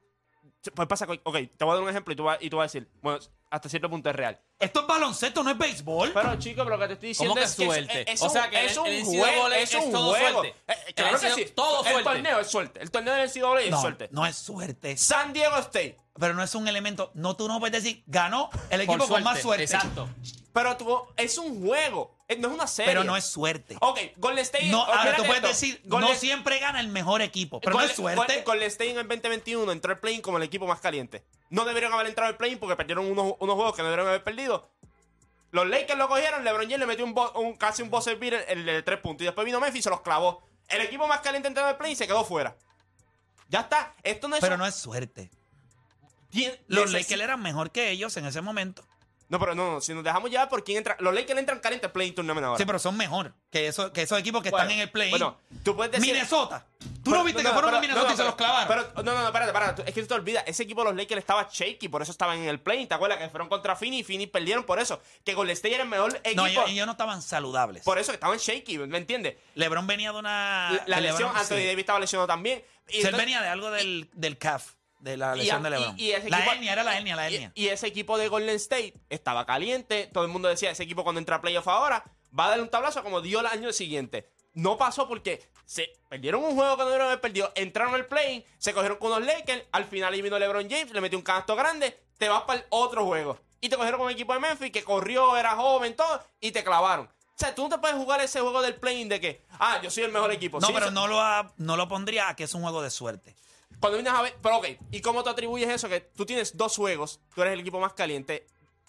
E: pues pasa con- ok, te voy a dar un ejemplo y tú vas, y tú vas a decir, bueno, hasta cierto punto es real.
C: Esto es baloncesto, no es béisbol.
E: Pero chico, pero lo que te estoy diciendo
D: ¿Cómo que
E: es que es-
D: suerte?
E: es, es
D: O
E: un-
D: sea, que
E: es
D: el-
E: un
D: el
E: juego,
D: NCAA
E: es
D: es
E: un
D: todo
E: juego.
D: suerte.
E: Eh, eh, claro
D: El
E: que sí.
D: NCAA todo
E: El
D: suerte.
E: torneo es suerte. El torneo del NCAA es
C: no,
E: suerte.
C: no es suerte.
E: San Diego State.
C: Pero no es un elemento. No, tú no puedes decir, ganó el
D: Por
C: equipo con más suerte.
D: Exacto.
E: Pero tú, es un juego, eh, no es una serie.
C: Pero no es suerte.
E: Ok, Golden State.
C: No, ahora
E: olvídate
C: tú puedes
E: esto.
C: decir,
E: Golden-
C: no siempre gana el mejor equipo. Pero no
E: Golden-
C: es suerte.
E: Golden- Golden State en el 2021 entró al play como el equipo más caliente. No deberían haber entrado al play porque perdieron unos, unos juegos que no deberían haber perdido. Los Lakers lo cogieron, LeBron James le metió un, bo- un- casi un buzzer beater el de tres puntos. Y después vino Memphis y se los clavó. El equipo más caliente entró al play y se quedó fuera. Ya está. Esto no es.
C: Pero no es suerte.
E: Tien-
C: Los
E: neces-
C: Lakers eran mejor que ellos en ese momento.
E: No, pero no, no. Si nos dejamos llevar por quién entra. Los Lakers entran calientes al play tournament ahora.
C: Sí, pero son mejor que, eso, que esos equipos que
E: Bueno,
C: están en el play.
E: Bueno, tú puedes decir.
C: Minnesota. Tú
E: Pero-
C: no viste que fueron a
E: pero-
C: Minnesota
E: no,
C: y se
E: pero-
C: los clavaron.
E: Pero, no, no, no, espérate, espérate. tú- Es que tú te olvidas. Ese equipo de los Lakers estaba shaky, por eso estaban en el play. ¿Te acuerdas que fueron contra Phoenix y Phoenix perdieron por eso? Que Golden State era el mejor equipo.
C: no, ellos, ellos no estaban saludables.
E: Por eso que estaban shaky, ¿me entiendes?
C: LeBron venía de una.
E: la
C: de
E: lesión,
C: Ah, LeBron-
E: Anthony
C: sí.
E: Davis estaba lesionado también. Y
C: Sí, él
E: entonces-
C: venía de algo del, del CAF, de la
E: y-
C: lesión
E: y-
C: de LeBron.
E: y ese
C: la
E: equipo-
C: hernia, era la hernia, la
E: y-
C: hernia.
E: Y, ese equipo de Golden State estaba caliente. Todo el mundo decía, ese equipo cuando entra a playoff ahora va a dar un tablazo como dio el año siguiente. No pasó porque se perdieron un juego que no debieron haber perdido. Entraron al play, se cogieron con unos Lakers. Al final eliminó LeBron James, le metió un canasto grande. Te vas para el otro juego. Y te cogieron con el equipo de Memphis que corrió, era joven, todo. Y te clavaron. O sea, tú no te puedes jugar ese juego del play de que, ah, yo soy el mejor equipo.
C: No,
E: Sí,
C: pero
E: sí.
C: no lo, ha- no lo pondría a que es un juego de suerte.
E: Cuando vienes a ver, pero ok, ¿y cómo te atribuyes eso? Que tú tienes dos juegos, tú eres el equipo más caliente,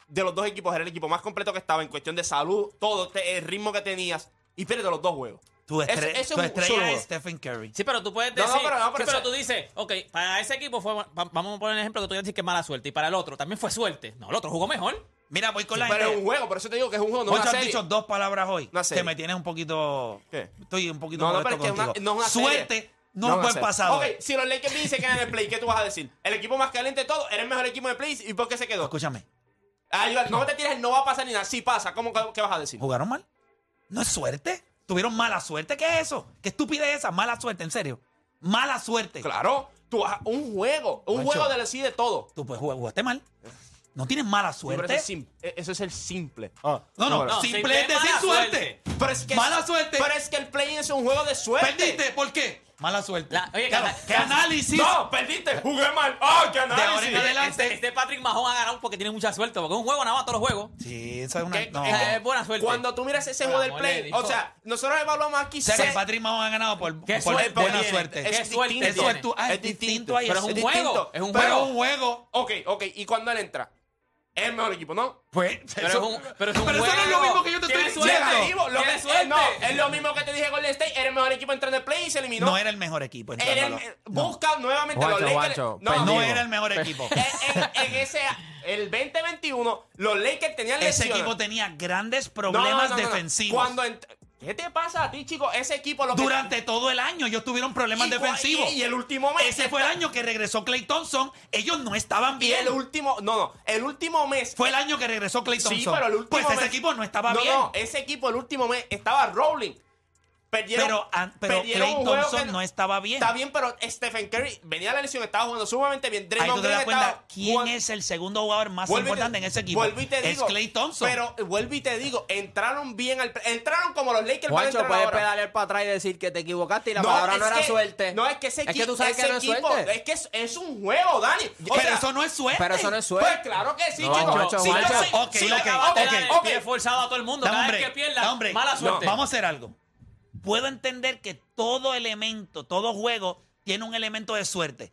E: de los dos equipos eres el equipo más completo que estaba en cuestión de salud, todo, te- el ritmo que tenías, y pierdes los dos juegos.
C: Tu,
E: Ese-
C: estre-
E: ese es
C: tu
E: un solo
C: estrella
E: juego.
C: es este Stephen Curry.
D: Sí, pero tú puedes
E: No, no,
D: decir.
E: pero no,
D: sí,
E: pero
D: pero,
E: ese-
D: tú dices, ok, para ese equipo fue. va- Vamos a poner el ejemplo que tú dices que es mala suerte. Y para el otro también fue suerte. No, el otro jugó mejor.
C: Mira, voy con la
E: Pero es un
C: gente.
E: juego, por eso te digo que es un juego, no es
C: Ocho
E: una
C: has
E: serie.
C: dicho dos palabras hoy.
E: Una serie.
C: Te me tienes un poquito.
E: ¿Qué?
C: Estoy un poquito
E: No, no,
C: molesto
E: pero es que
C: contigo.
E: una- no es una
C: suerte
E: serie.
C: no,
E: es
C: es
E: una
C: buen
E: serie.
C: pasado.
E: Ok, si los Lakers dicen que ganan el play, ¿qué tú vas a decir? El equipo más caliente de todo, eres el mejor equipo de play, ¿y por qué se quedó?
C: Escúchame,
E: Ay, no te tires, no va a pasar ni nada, si pasa, ¿cómo, qué, qué vas a decir?
C: ¿jugaron mal? ¿No es suerte? ¿Tuvieron mala suerte? ¿Qué es eso? ¿Qué estupidez es esa? Mala suerte, en serio. Mala suerte.
E: Claro, tú vas a- un juego, un
C: Macho.
E: juego de decide todo.
C: Tú pues jug- jugaste mal. No tienes mala
E: Pero
C: suerte.
E: eso es, sim- e, eso es el simple.
C: no, no,
E: No,
D: no,
C: simple
D: simple
C: es decir
D: mala
C: suerte.
E: Pero es que
C: Mala suerte.
E: Pero es que el play es un juego de suerte.
C: Perdiste, ¿por qué? Mala suerte.
D: La- oye,
C: Claro,
D: gana-
C: ¿qué
D: gana-
C: análisis?
E: No, perdiste. Jugué mal. ¡Ah, qué
C: De ahora en
E: análisis!
C: adelante.
D: Este, este Patrick Mahon ha ganado porque tiene mucha suerte. Porque es un juego nada más, todos los juegos.
C: Sí, esa es una.
E: ¿Qué-
C: no.
E: qué-
D: Es, es buena suerte.
E: Cuando tú miras ese
D: Por
E: juego del
D: amor de
E: play,
D: Dios.
E: o sea, nosotros evaluamos aquí
C: O sea, que
E: seis-
C: Patrick Mahon ha ganado por,
D: Qué
C: por
D: suerte
C: buena
E: tiene.
C: suerte.
E: Es
D: Qué suerte
E: distinto.
C: Eso es, tu, ah,
E: Es
C: es distinto ahí.
D: Pero es un
C: distinto.
D: juego. Es un
C: Pero
D: juego.
C: es un juego.
E: Ok, ok. ¿Y cuando él entra? Es el mejor equipo, ¿no?
C: Pues,
D: Pero
C: eso-
D: es un- pero es un
C: eso no es lo
D: juego.
C: mismo que yo te estoy
D: Tiene
C: diciendo.
D: suerte.
E: Ya te digo, lo
D: Tiene
E: que-
D: suerte.
E: eh, no, es lo mismo que te dije Golden State. Era el mejor equipo entrando al play y se eliminó.
C: No era el mejor equipo.
E: Era el-
C: entiéndalo.
E: Busca nuevamente
F: Guacho,
E: los Lakers.
F: guacho,
E: no,
C: pues, No
F: pendejo.
C: era el mejor equipo.
E: en, en- en ese el 2021 los Lakers tenían
C: Ese
E: lesiones.
C: equipo tenía grandes
E: No, no,
C: problemas
E: no, no, no.
C: defensivos.
E: Cuando ent- ¿Qué te pasa a ti, chico? Ese equipo lo que-
C: Durante todo el año ellos tuvieron problemas
E: Y cua-
C: defensivos.
E: y- y el último mes
C: Ese fue el año que regresó Clay Thompson. Ellos no estaban
E: y
C: bien.
E: el último, no, no, el último mes
C: Fue el año que regresó Clay Thompson.
E: Sí, pero el último
C: pues ese
E: mes-
C: equipo no estaba
E: no,
C: bien.
E: No, ese equipo el último mes estaba rolling. Perdieron,
C: Pero, an- pero
E: perdieron
C: Klay
E: un juego
C: Thompson no estaba bien.
E: Está bien, pero Stephen Curry venía a la lesión, estaba jugando sumamente bien.
C: Ahí
E: Draymond
C: tú te
E: Green
C: das cuenta
E: estaba
C: quién
E: jugando-
C: es el segundo jugador más
E: Vuelvo y te-
C: importante en ese equipo.
E: vuelvo y te digo,
C: es Clay Thompson.
E: Pero vuelvo y te digo, entraron bien al entraron como los Lakers van a
F: Juancho,
E: entrar
F: puedes
E: ahora.
F: pedalear para atrás y decir que te equivocaste y la palabra
E: es
F: no era
E: que-
F: suerte.
E: No, es que ese
F: Es que
E: equipo.
F: tú sabes que
E: ese
F: no es
E: equipo-
F: suerte.
E: Es que es, es un juego, Dani. O
C: Pero
E: sea,
C: eso no es suerte.
F: Pero eso no es
E: Pues
F: suerte.
E: claro que sí,
F: No,
E: chicos.
F: Juancho,
E: Si yo
F: Juancho.
E: soy-
C: Ok,
E: si yo
C: ok,
E: acabo de-
D: Te la
C: ok,
D: pie forzado a todo el mundo.
C: Da
D: Cada
C: un
D: vez
C: break,
D: que pierda,
C: da un break.
D: mala suerte.
C: No, vamos a hacer algo. Puedo entender que todo elemento, todo juego tiene un elemento de suerte.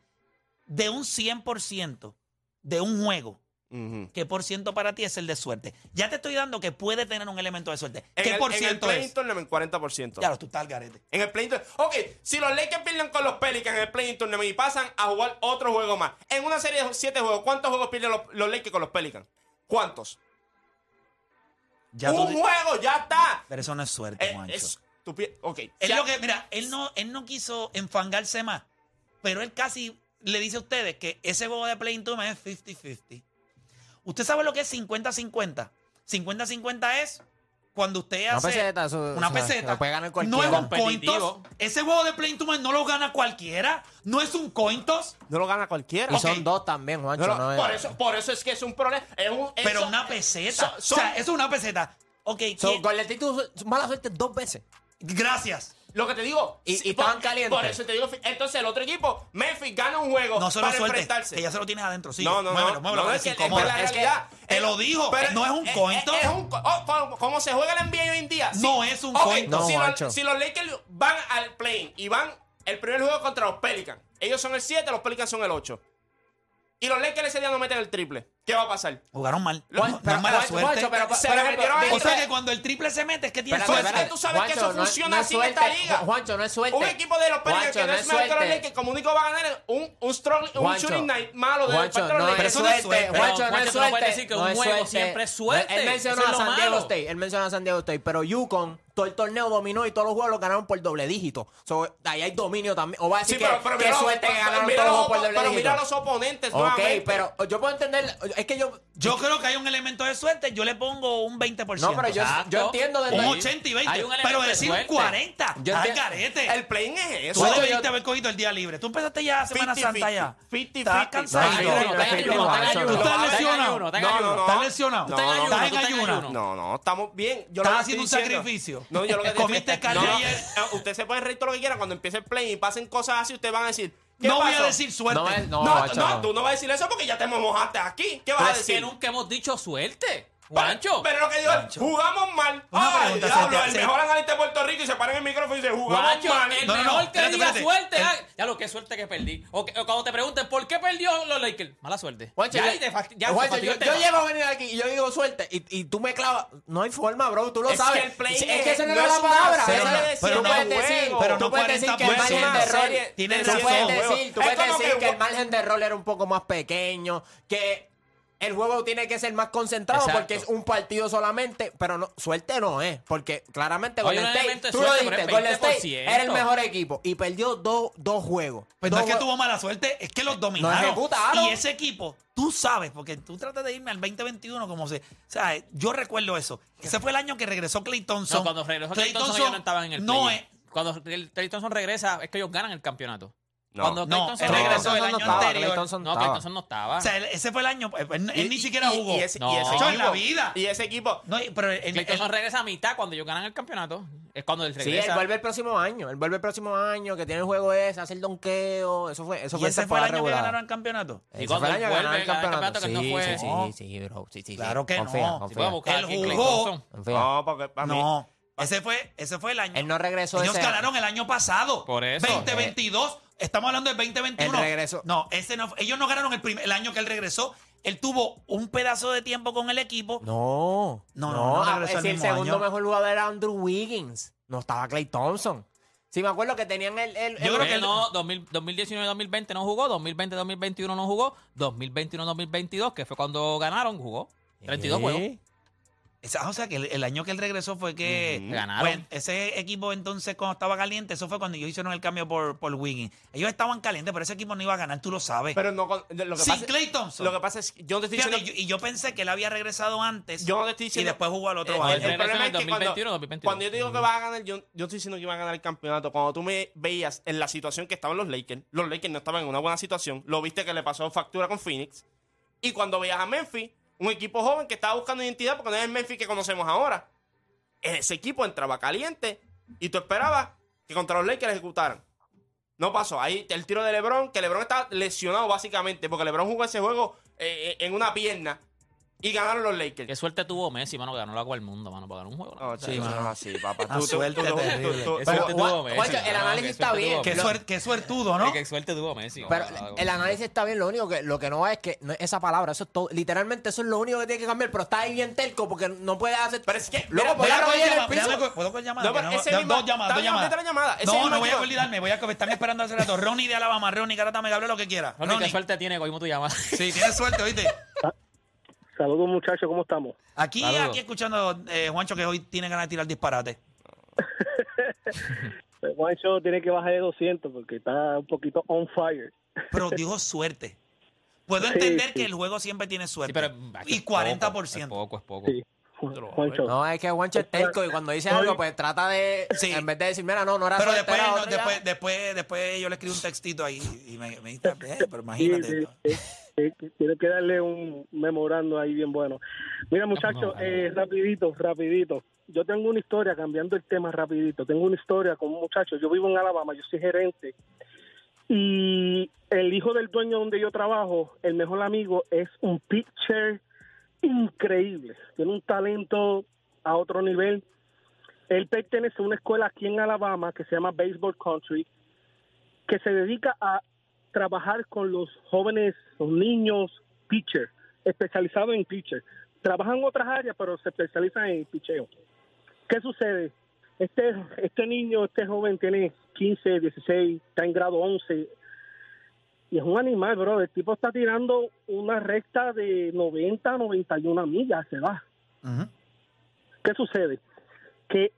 C: De un 100% de un juego, ¿qué por ciento para ti es el de suerte? Ya te estoy dando que puede tener un elemento de suerte.
E: En
C: ¿Qué
E: el-
C: por
E: en
C: ciento
E: el
C: es?
E: play-in tournament, 40%.
C: Ya lo tú estás al garete.
E: En el play-in tournament. Ok, si los Lakers pierden con los Pelicans en el play-in tournament y pasan a jugar otro juego más. En una serie de 7 juegos, ¿cuántos juegos pierden los, los Lakers con los Pelicans? ¿Cuántos?
C: Ya
E: Un
C: tú-
E: juego, ya está.
C: Pero eso no es suerte,
E: Eh,
C: Juancho.
E: es, tu pie- ok.
C: Él
E: ya-
C: lo que, mira, él no, él no quiso enfangarse más, pero él casi le dice a ustedes que ese juego de play-in tournament es 50-50. ¿Usted sabe lo que es 50-50? 50-50 es cuando usted
F: Una
C: hace
F: peseta, eso-
C: una
F: o sea,
C: peseta.
F: lo puede ganar
C: No es
F: cualquiera.
C: un
D: Competitivo.
C: cointos. Ese juego de play-in tournament no lo gana cualquiera. No es un cointos.
E: No lo gana cualquiera.
F: Y
E: Ok.
F: son dos también, Juancho.
E: No, no,
F: no es-
E: por, eso, por eso es que es un problema. Es un-
C: Pero
E: eso-
C: una peseta.
E: so- son-
C: o sea, eso es una peseta. Ok,
F: So,
C: ¿quién-
F: con el título, mala suerte dos veces.
C: gracias.
E: Lo que te digo.
F: Y-
E: sí,
F: y
E: por-
F: estaban calientes.
E: Por eso te digo. Entonces el otro equipo, Memphis, gana un juego
C: No solo
E: para
C: suerte,
E: enfrentarse.
C: que ya se lo tienes adentro. Sí,
E: no, no,
C: muévelo,
E: no.
C: muévelo,
E: no,
C: que
E: es
C: se
E: que- es que
C: incomoda.
E: la realidad.
C: te lo digo, no es un
E: eh,
C: cointo.
E: eh, Es, un co- oh, como, como se juega el NBA hoy en día.
C: No es un
E: ok,
C: cointo.
E: Si,
F: No,
E: los-
F: macho.
E: si los Lakers van al plane y van el primer juego contra los Pelicans. Ellos son el 7, los Pelicans son el 8. Y los Lakers ese día no meten el triple. ¿Qué va a pasar?
C: Jugaron mal. No,
E: Pues,
F: Juan-
C: no
F: pero-
C: es mala
F: Juancho,
C: suerte.
F: pero- pero-
E: Se
F: por
E: la
F: ejemplo,
E: metieron ahí.
F: de-
C: o sea que cuando el triple se mete es que tiene
F: Espérate,
C: suerte.
E: espérate. tú sabes que eso
F: no es-
E: funciona
F: no es
E: así en esta
F: suerte.
E: liga.
F: Ju- Juancho, no es suerte.
E: Un equipo de los Pelicans
F: Juancho,
E: que no es mejor que los
F: suerte.
E: Lakers, como único va a ganar es un, un, strong, un
F: Juancho,
E: shooting night malo de
F: Juancho,
E: parte de los
F: no es
E: Lakers.
C: Pero eso no es
F: suerte.
C: suerte.
D: Pero,
F: Juancho, no es
D: Juancho, tú no puedes
F: suerte.
D: decir que
F: No
D: un
F: es
D: juego
F: suerte.
D: siempre es suerte.
F: Él mencionó
D: Eso es
F: a
D: lo
F: San
D: malo.
F: Diego State. Él mencionó a San Diego State. Pero Yukon, todo el torneo dominó y todos los juegos lo ganaron por doble dígito. So, ahí hay dominio también. O va a
E: Sí,
F: decir
E: pero,
F: que,
E: pero
F: que
E: mira los-
F: suerte que
E: pero
F: ganaron
E: mira
F: todos los
E: los
F: juegos por
E: opo-
F: doble
E: pero
F: dígito.
E: mira los oponentes
F: Ok,
E: nuevamente.
F: pero yo puedo entender es que yo.
C: Yo creo que hay un elemento de suerte, yo le pongo un 20%.
F: No, pero yo,
D: Exacto.
F: yo entiendo
C: Un
F: desde.
C: 80 y 20.
D: Hay un elemento
C: pero
D: de
C: decir un
D: suerte.
C: 40.
F: Yo
C: al
F: entiendo-
C: garete.
E: El plane es
C: Tú
E: eso.
F: Bueno,
C: debiste
F: yo-
C: haber cogido el día libre. Tú empezaste ya Semana
E: 50-50.
C: Santa ya.
E: 50-50.
C: Estás cansado.
F: No, no,
D: Está
F: no,
D: en ayuno, está en
F: no,
D: ayuno.
F: no,
D: Está
C: no,
D: en ayuno, está en
E: no,
D: ayuno.
E: no,
C: Estás lesionado.
E: No,
D: Está en
E: no,
D: ayuno,
C: Estás en
D: está en
C: ayuno.
D: ayuno.
E: No, no, estamos bien. Yo
C: Estás
E: lo que
C: haciendo
E: estoy
C: un
E: diciendo-
C: sacrificio.
E: No, yo lo que
C: Comiste
E: estoy-
C: carne
E: no,
C: ayer.
E: ah, Usted se puede reír todo lo que quiera cuando empiece el play y pasen cosas así, ustedes van a decir. ¿qué
C: No voy a
E: pasó?
C: decir suerte.
F: No, es-
E: No, no,
F: no, macho, no.
E: tú no vas a decir eso porque ya te mojaste aquí. ¿Qué vas
C: Pues,
D: Pero
E: a
D: es
E: decir?
D: que nunca hemos dicho suerte,
E: Pero-
D: Juancho.
E: Pero lo que digo es,
C: Juancho.
E: jugamos mal.
C: Una
E: Ay,
C: pregunta,
E: diablo,
C: se te
E: el
C: hace-
E: mejor analista de Puerto Rico y se para en el micrófono y dice, jugamos
D: Guacho,
E: mal.
D: el
C: No, no, no,
D: mejor que
C: espérate,
D: diga
C: espérate.
D: suerte.
C: El-
D: ay, ya lo que suerte que perdí. O, que- o cuando te pregunten por qué perdió los Lakers. Mala suerte.
F: Juancho,
D: ya,
F: yo-
D: ahí te fast- ya
F: Juancho,
D: te fastidió el
F: yo, yo
D: tema.
F: llevo a venir aquí y yo digo suerte y, y tú me clavas. No hay forma, bro, tú lo
E: Es
F: sabes.
E: que el play
F: es,
E: es-
F: que esa
E: no
F: no, era
E: es
F: la
E: una
F: palabra.
E: serie,
F: esa-
C: pero
F: tú
C: no
F: puedes
E: juego,
F: decir,
E: pero
F: tú
C: no
F: puedes decir que el
C: 40%.
F: margen de error.
E: Serie-
C: Tienes
F: Tú
E: Sí,
F: puedes
E: es un juego.
F: decir, tú
E: Es
F: puedes
E: como
F: decir
E: que-
F: que el margen de error era un poco más pequeño, que el juego tiene que ser más concentrado
D: Exacto.
F: porque es un partido solamente, pero no, suerte no es, porque claramente
D: Hay
F: Golden
D: un
F: State,
D: elemento de
F: tú lo
D: suerte, pero
F: dijiste,
D: es
F: Golden State
D: 20%.
F: era el mejor equipo y perdió dos, dos juegos.
C: Pues no es
F: Dos
C: que
F: jue-
C: tuvo mala suerte, es que
E: Eh,
C: los dominaron.
F: ejecutaron.
C: Y ese equipo, tú sabes, porque tú tratas de irme al 2021 como se... O sea, yo recuerdo eso. Ese fue el año que regresó Clay Thompson.
D: No, cuando regresó
C: Klay
D: Clay Thompson, ellos no estaban en el
C: No
D: play-in.
C: es...
D: Cuando Clay Thompson regresa, es que ellos ganan el campeonato.
E: No,
D: Cuando Klay
C: No,
D: Thompson
C: él regresó el
F: No,
C: año
F: no estaba,
C: anterior.
F: Klay Thompson
D: No, Clay
F: estaba.
D: Thompson no estaba.
C: O sea, él- ese fue el año... pues, Él, él ni siquiera
E: y-
C: jugó.
E: Y ese, y
D: No.
E: ese
C: Eso en la
E: equipo-
C: vida.
E: Y ese equipo.
C: No, y- pero en-
D: Clay
C: en-
D: Thompson regresa a mitad cuando ellos ganan el campeonato. Es cuando él
F: Sí,
D: regresa.
F: él vuelve el próximo año. Él vuelve el próximo año, que tiene el juego ese, hace el donqueo. Eso fue, eso
C: ¿Y
F: fue en
C: ese fue el
F: temporada
C: año que
F: regular.
C: ganaron el campeonato?
D: Y
F: Ese
D: cuando
F: fue el
D: él
F: año que
D: vuelve,
F: ganaron el
D: gana el campeonato
F: campeonato.
D: que no
F: Sí,
C: fue.
F: sí, sí, sí, bro. Sí, sí, sí.
C: Claro que
F: Confía,
C: no.
D: Si
F: confía,
D: puedo buscar
C: Él
D: aquí Klay
C: jugó.
D: Thompson.
F: confía.
E: No, porque para mí.
C: No. Ese fue, ese fue el año.
F: Él no regresó
C: Ellos
F: ese año.
C: ganaron el año pasado.
D: Por eso.
C: 2022. Estamos hablando del 2021.
F: Él regresó.
C: No, ese no. Ellos no ganaron el, prim- el año que él regresó. Él tuvo un pedazo de tiempo con el equipo.
F: No.
C: No, no, no
F: ah,
C: regresó el
F: si el,
C: mismo
F: segundo
C: año.
F: mejor jugador era Andrew Wiggins. No estaba Clay Thompson. Sí, me acuerdo que tenían el. el-
C: Yo
F: el-
C: creo que
D: Él no, 2019-2020 no jugó, 2020-2021 no jugó, 2021-2022, que fue cuando ganaron, jugó. 32
F: Sí.
D: juegos.
C: Esa- o sea, que el, el año que él regresó fue que
D: Ujú. Ganaron.
C: Bueno, ese equipo entonces cuando estaba caliente, eso fue cuando ellos hicieron el cambio por, por Wiggins. Ellos estaban calientes, pero ese equipo no iba a ganar, tú lo sabes.
E: Pero no. con- Lo que
C: Sin
E: pasa,
C: Klay Thompson.
E: Lo que pasa es que yo no te estoy
C: Fíjate,
E: diciendo.
C: y yo- y yo pensé que él había regresado antes
E: Yo no te estoy
C: y
E: diciendo.
C: después jugó al otro
E: Eh,
C: año.
E: el problema es que
D: Regreso en el 2021,
E: cuando,
D: 2022.
E: cuando yo te digo que va a ganar, yo, yo no estoy diciendo que iba a ganar el campeonato. Cuando tú me veías en la situación que estaban los Lakers, los Lakers no estaban en una buena situación. Lo viste que le pasó factura con Phoenix. Y cuando veías a Memphis, un equipo joven que estaba buscando identidad porque no es el Memphis que conocemos ahora. Ese equipo entraba caliente y tú esperabas que contra los Lakers ejecutaran. No pasó. Ahí el tiro de LeBron, que LeBron está lesionado básicamente porque LeBron jugó ese juego eh, eh, en una pierna y ganaron los Lakers.
D: Qué suerte tuvo Messi, mano, que ganó la Copa del Mundo, mano, para ganar un juego. ¿no?
E: No,
D: O sea,
E: sí,
C: mano.
E: no, sí, papá.
C: Ah, suerte terrible.
E: tú-
D: Qué
E: pero-
D: suerte tuvo Messi.
F: Juancho, el
D: mano,
F: análisis
D: qué
F: está
D: suerte
F: bien.
D: tuvo
C: Qué,
D: Messi.
C: suer- qué suertudo, ¿no?
D: Qué suerte tuvo Messi.
F: Pero
D: mano, para la
F: el
D: Copa.
F: análisis está bien, lo único que lo que no va es que no- esa palabra, eso es todo, literalmente eso es lo único que tiene que cambiar, pero está ahí bien telco porque no puede hacer.
E: Pero es que,
F: luego
E: mira,
F: por la
E: mira,
F: rodilla en
C: llamada,
F: el piso.
C: déjame co- ¿Puedo con llamada?
E: No,
C: Que
E: pero
C: no-
E: ese
C: no,
E: mismo-
C: dos llamadas, dos
E: está bien,
C: llamadas.
E: otra llamada. Ese
C: No,
E: mismo
C: no voy a
E: equipo.
C: olvidarme, voy a me están esperando hace rato. Ronnie de Alabama, Ronnie Garata me hable lo que quiera.
D: Ronnie, qué suerte tiene, cogimos tu llamada.
C: Sí, tienes suerte, oíste.
H: Saludos muchachos, ¿cómo estamos?
C: Aquí,
D: Saludos.
C: aquí escuchando eh, Juancho que hoy tiene ganas de tirar disparate.
H: Eh, Juancho tiene que bajar de 200 porque está un poquito on fire.
C: Pero dijo suerte. Puedo
H: Sí,
C: entender
H: sí.
C: que el juego siempre tiene
D: Sí,
C: suerte. y
D: pero, es poco, Es
C: 40%.
D: poco, es poco.
H: Sí. Juancho,
F: No, es que Juancho es telco y cuando dice algo, pues trata de.
C: Sí.
F: En vez de decir, mira, no, no era
C: Pero
F: suerte,
C: después,
F: era
C: no,
F: otro", ya.
C: después, después, después yo le escribí un textito ahí y me, me dijiste, "Eh, pero imagínate.
H: Sí, sí, sí, sí, tiene que darle un memorando ahí bien bueno. Mira, muchachos, eh, rapidito, rapidito. Yo tengo una historia, cambiando el tema rapidito, tengo una historia con un muchacho. Yo vivo en Alabama, yo soy gerente. Y el hijo del dueño donde yo trabajo, el mejor amigo, es un pitcher increíble. Tiene un talento a otro nivel. Él pertenece a una escuela aquí en Alabama que se llama Baseball Country, que se dedica a trabajar con los jóvenes, los niños, pitcher, especializado en pitcher. Trabajan en otras áreas, pero se especializan en picheo. ¿Qué sucede? Este, este niño, este joven tiene 15, 16, está en grado 11. Y es un animal, bro. El tipo está tirando una recta de 90, 91 millas, se va.
C: Ujú.
H: ¿Qué sucede? Que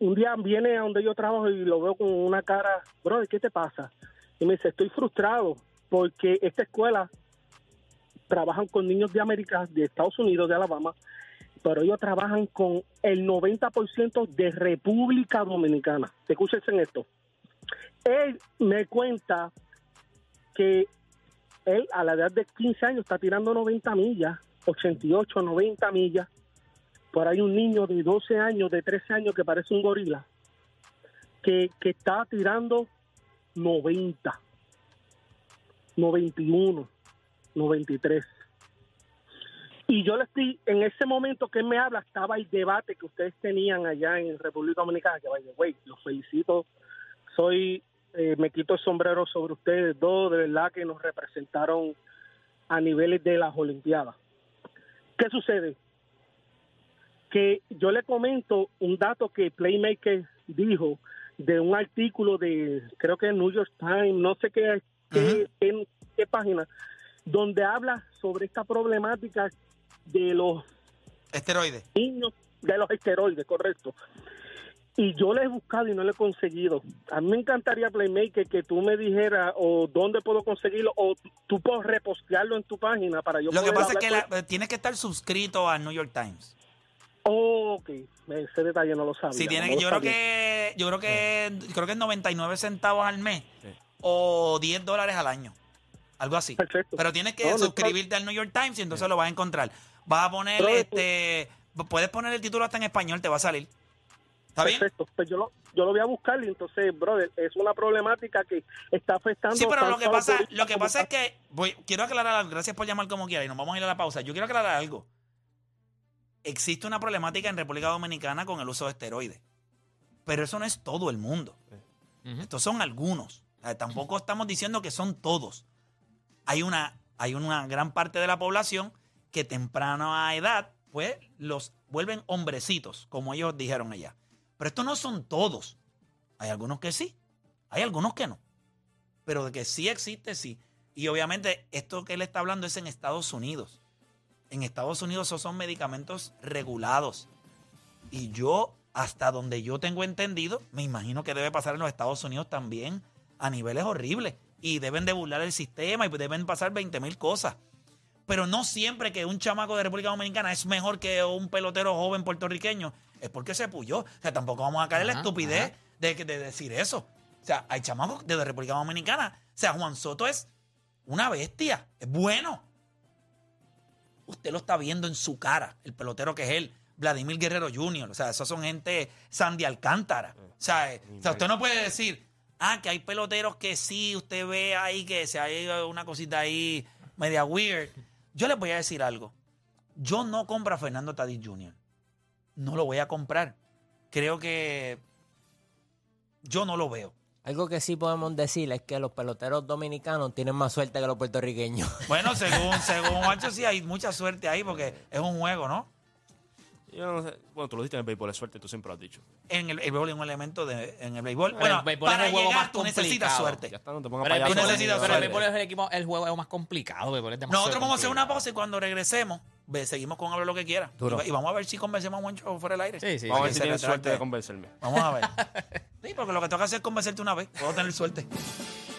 H: un día viene a donde yo trabajo y lo veo con una cara, bro, ¿qué te pasa? Y me dice, estoy frustrado porque esta escuela trabajan con niños de América, de Estados Unidos, de Alabama, pero ellos trabajan con el 90% de República Dominicana. Escúchense en esto. Él me cuenta que él a la edad de 15 años está tirando 90 millas, 88, 90 millas. Por ahí un niño de 12 años, de 13 años que parece un gorila, que, que está tirando 90, 91, 93. Y yo le estoy, en ese momento que él me habla, estaba el debate que ustedes tenían allá en República Dominicana, que vaya, güey, los felicito, soy, eh, me quito el sombrero sobre ustedes dos, de verdad que nos representaron a niveles de las Olimpiadas. ¿Qué sucede? Que yo le comento un dato que Playmaker dijo de un artículo de, creo que New York Times, no sé qué, qué, qué- qué página, donde habla sobre esta problemática de los
C: Esteroides.
H: niños de los esteroides, correcto. Y yo le he buscado y no lo he conseguido. A mí me encantaría, Playmaker, que tú me dijeras o dónde puedo conseguirlo o tú- tú puedes repostearlo en tu página para yo
C: Lo que
H: poder
C: pasa es
H: hablar
C: que
H: con-
C: la- tienes que estar suscrito al New York Times.
H: Ok, ese detalle no lo sabía.
C: Si
H: no
C: tiene,
H: lo
C: yo creo
H: sabía.
C: que yo creo que creo que es 99 centavos al mes o 10 dólares al año. Algo así.
H: Perfecto.
C: Pero tienes que
H: No, no está-
C: suscribirte al New York Times y entonces lo vas a encontrar. Vas a poner
H: Pero- eh,
C: este puedes poner el título hasta en español, te va a salir. ¿Está bien?
H: Perfecto, pues yo lo, yo lo voy a buscar y entonces, brother, es una problemática que está afectando.
C: Sí, pero
H: tanto
C: lo que
H: a los
C: pasa,
H: turistas
C: lo que
H: como
C: pasa es
H: a-
C: que voy- quiero aclarar algo. Gracias por llamar como quiera y nos vamos a ir a la pausa. Yo quiero aclarar algo. Existe una problemática en República Dominicana con el uso de esteroides. Pero eso no es todo el mundo. Estos son algunos. O sea, Tampoco estamos diciendo que son todos. Hay una, hay una gran parte de la población que temprana edad, pues, los vuelven hombrecitos, como ellos dijeron allá. Pero estos no son todos. Hay algunos que sí, hay algunos que no pero de que sí existe, sí. Y obviamente esto que él está hablando es en Estados Unidos. En Estados Unidos esos son medicamentos regulados. Y yo, hasta donde yo tengo entendido, me imagino que debe pasar en los Estados Unidos también a niveles horribles. Y deben de burlar el sistema y deben pasar 20 mil cosas. Pero no siempre que un chamaco de República Dominicana es mejor que un pelotero joven puertorriqueño. Es porque se puyó. O sea, tampoco vamos a caer en la
D: Ajá,
C: estupidez de, que- de decir eso. O sea, hay chamacos de República Dominicana. O sea, Juan Soto es una bestia. Es bueno. Usted lo está viendo en su cara, el pelotero que es él, Vladimir Guerrero Jr. O sea, esos son gente Sandy Alcántara. O sea, eh, o sea, usted no puede decir, ah, que hay peloteros que sí, usted ve ahí que se hay una cosita ahí media weird. Yo les voy a decir algo. Yo no compro a Fernando Tatis Jr. No lo voy a comprar. Creo que yo no lo veo.
I: Algo que sí podemos decir es que los peloteros dominicanos tienen más suerte que los puertorriqueños.
C: Bueno, según, según Juancho, sí hay mucha suerte ahí porque es un juego, ¿no?
J: Yo no sé. Bueno, tú lo dijiste en el béisbol, es suerte, tú siempre lo has dicho.
C: En el, el béisbol es un elemento de, en el béisbol.
D: El
C: Bueno,
D: béisbol es
C: para
D: un juego
C: llegar
D: más
C: tú necesitas
D: complicado.
J: Ya
C: suerte.
J: está, no te pongas
D: Pero el
J: payaso.
D: béisbol-
C: necesitas
D: pero el
C: suerte.
D: béisbol es el equipo, el juego es más complicado. el béisbol es demasiado
C: Nosotros vamos a hacer una
D: complicado.
C: pausa y cuando regresemos, ve, seguimos con Hablo lo que quiera.
I: Duro.
C: Y, y vamos a ver si convencemos a Juancho fuera del aire.
D: Sí, sí,
J: Vamos a ver
C: Que
J: si
C: se
J: tienes
C: retrate.
J: suerte de convencerme.
C: Vamos a ver. Sí, porque lo que toca hacer es convencerte una vez. Puedo tener suerte.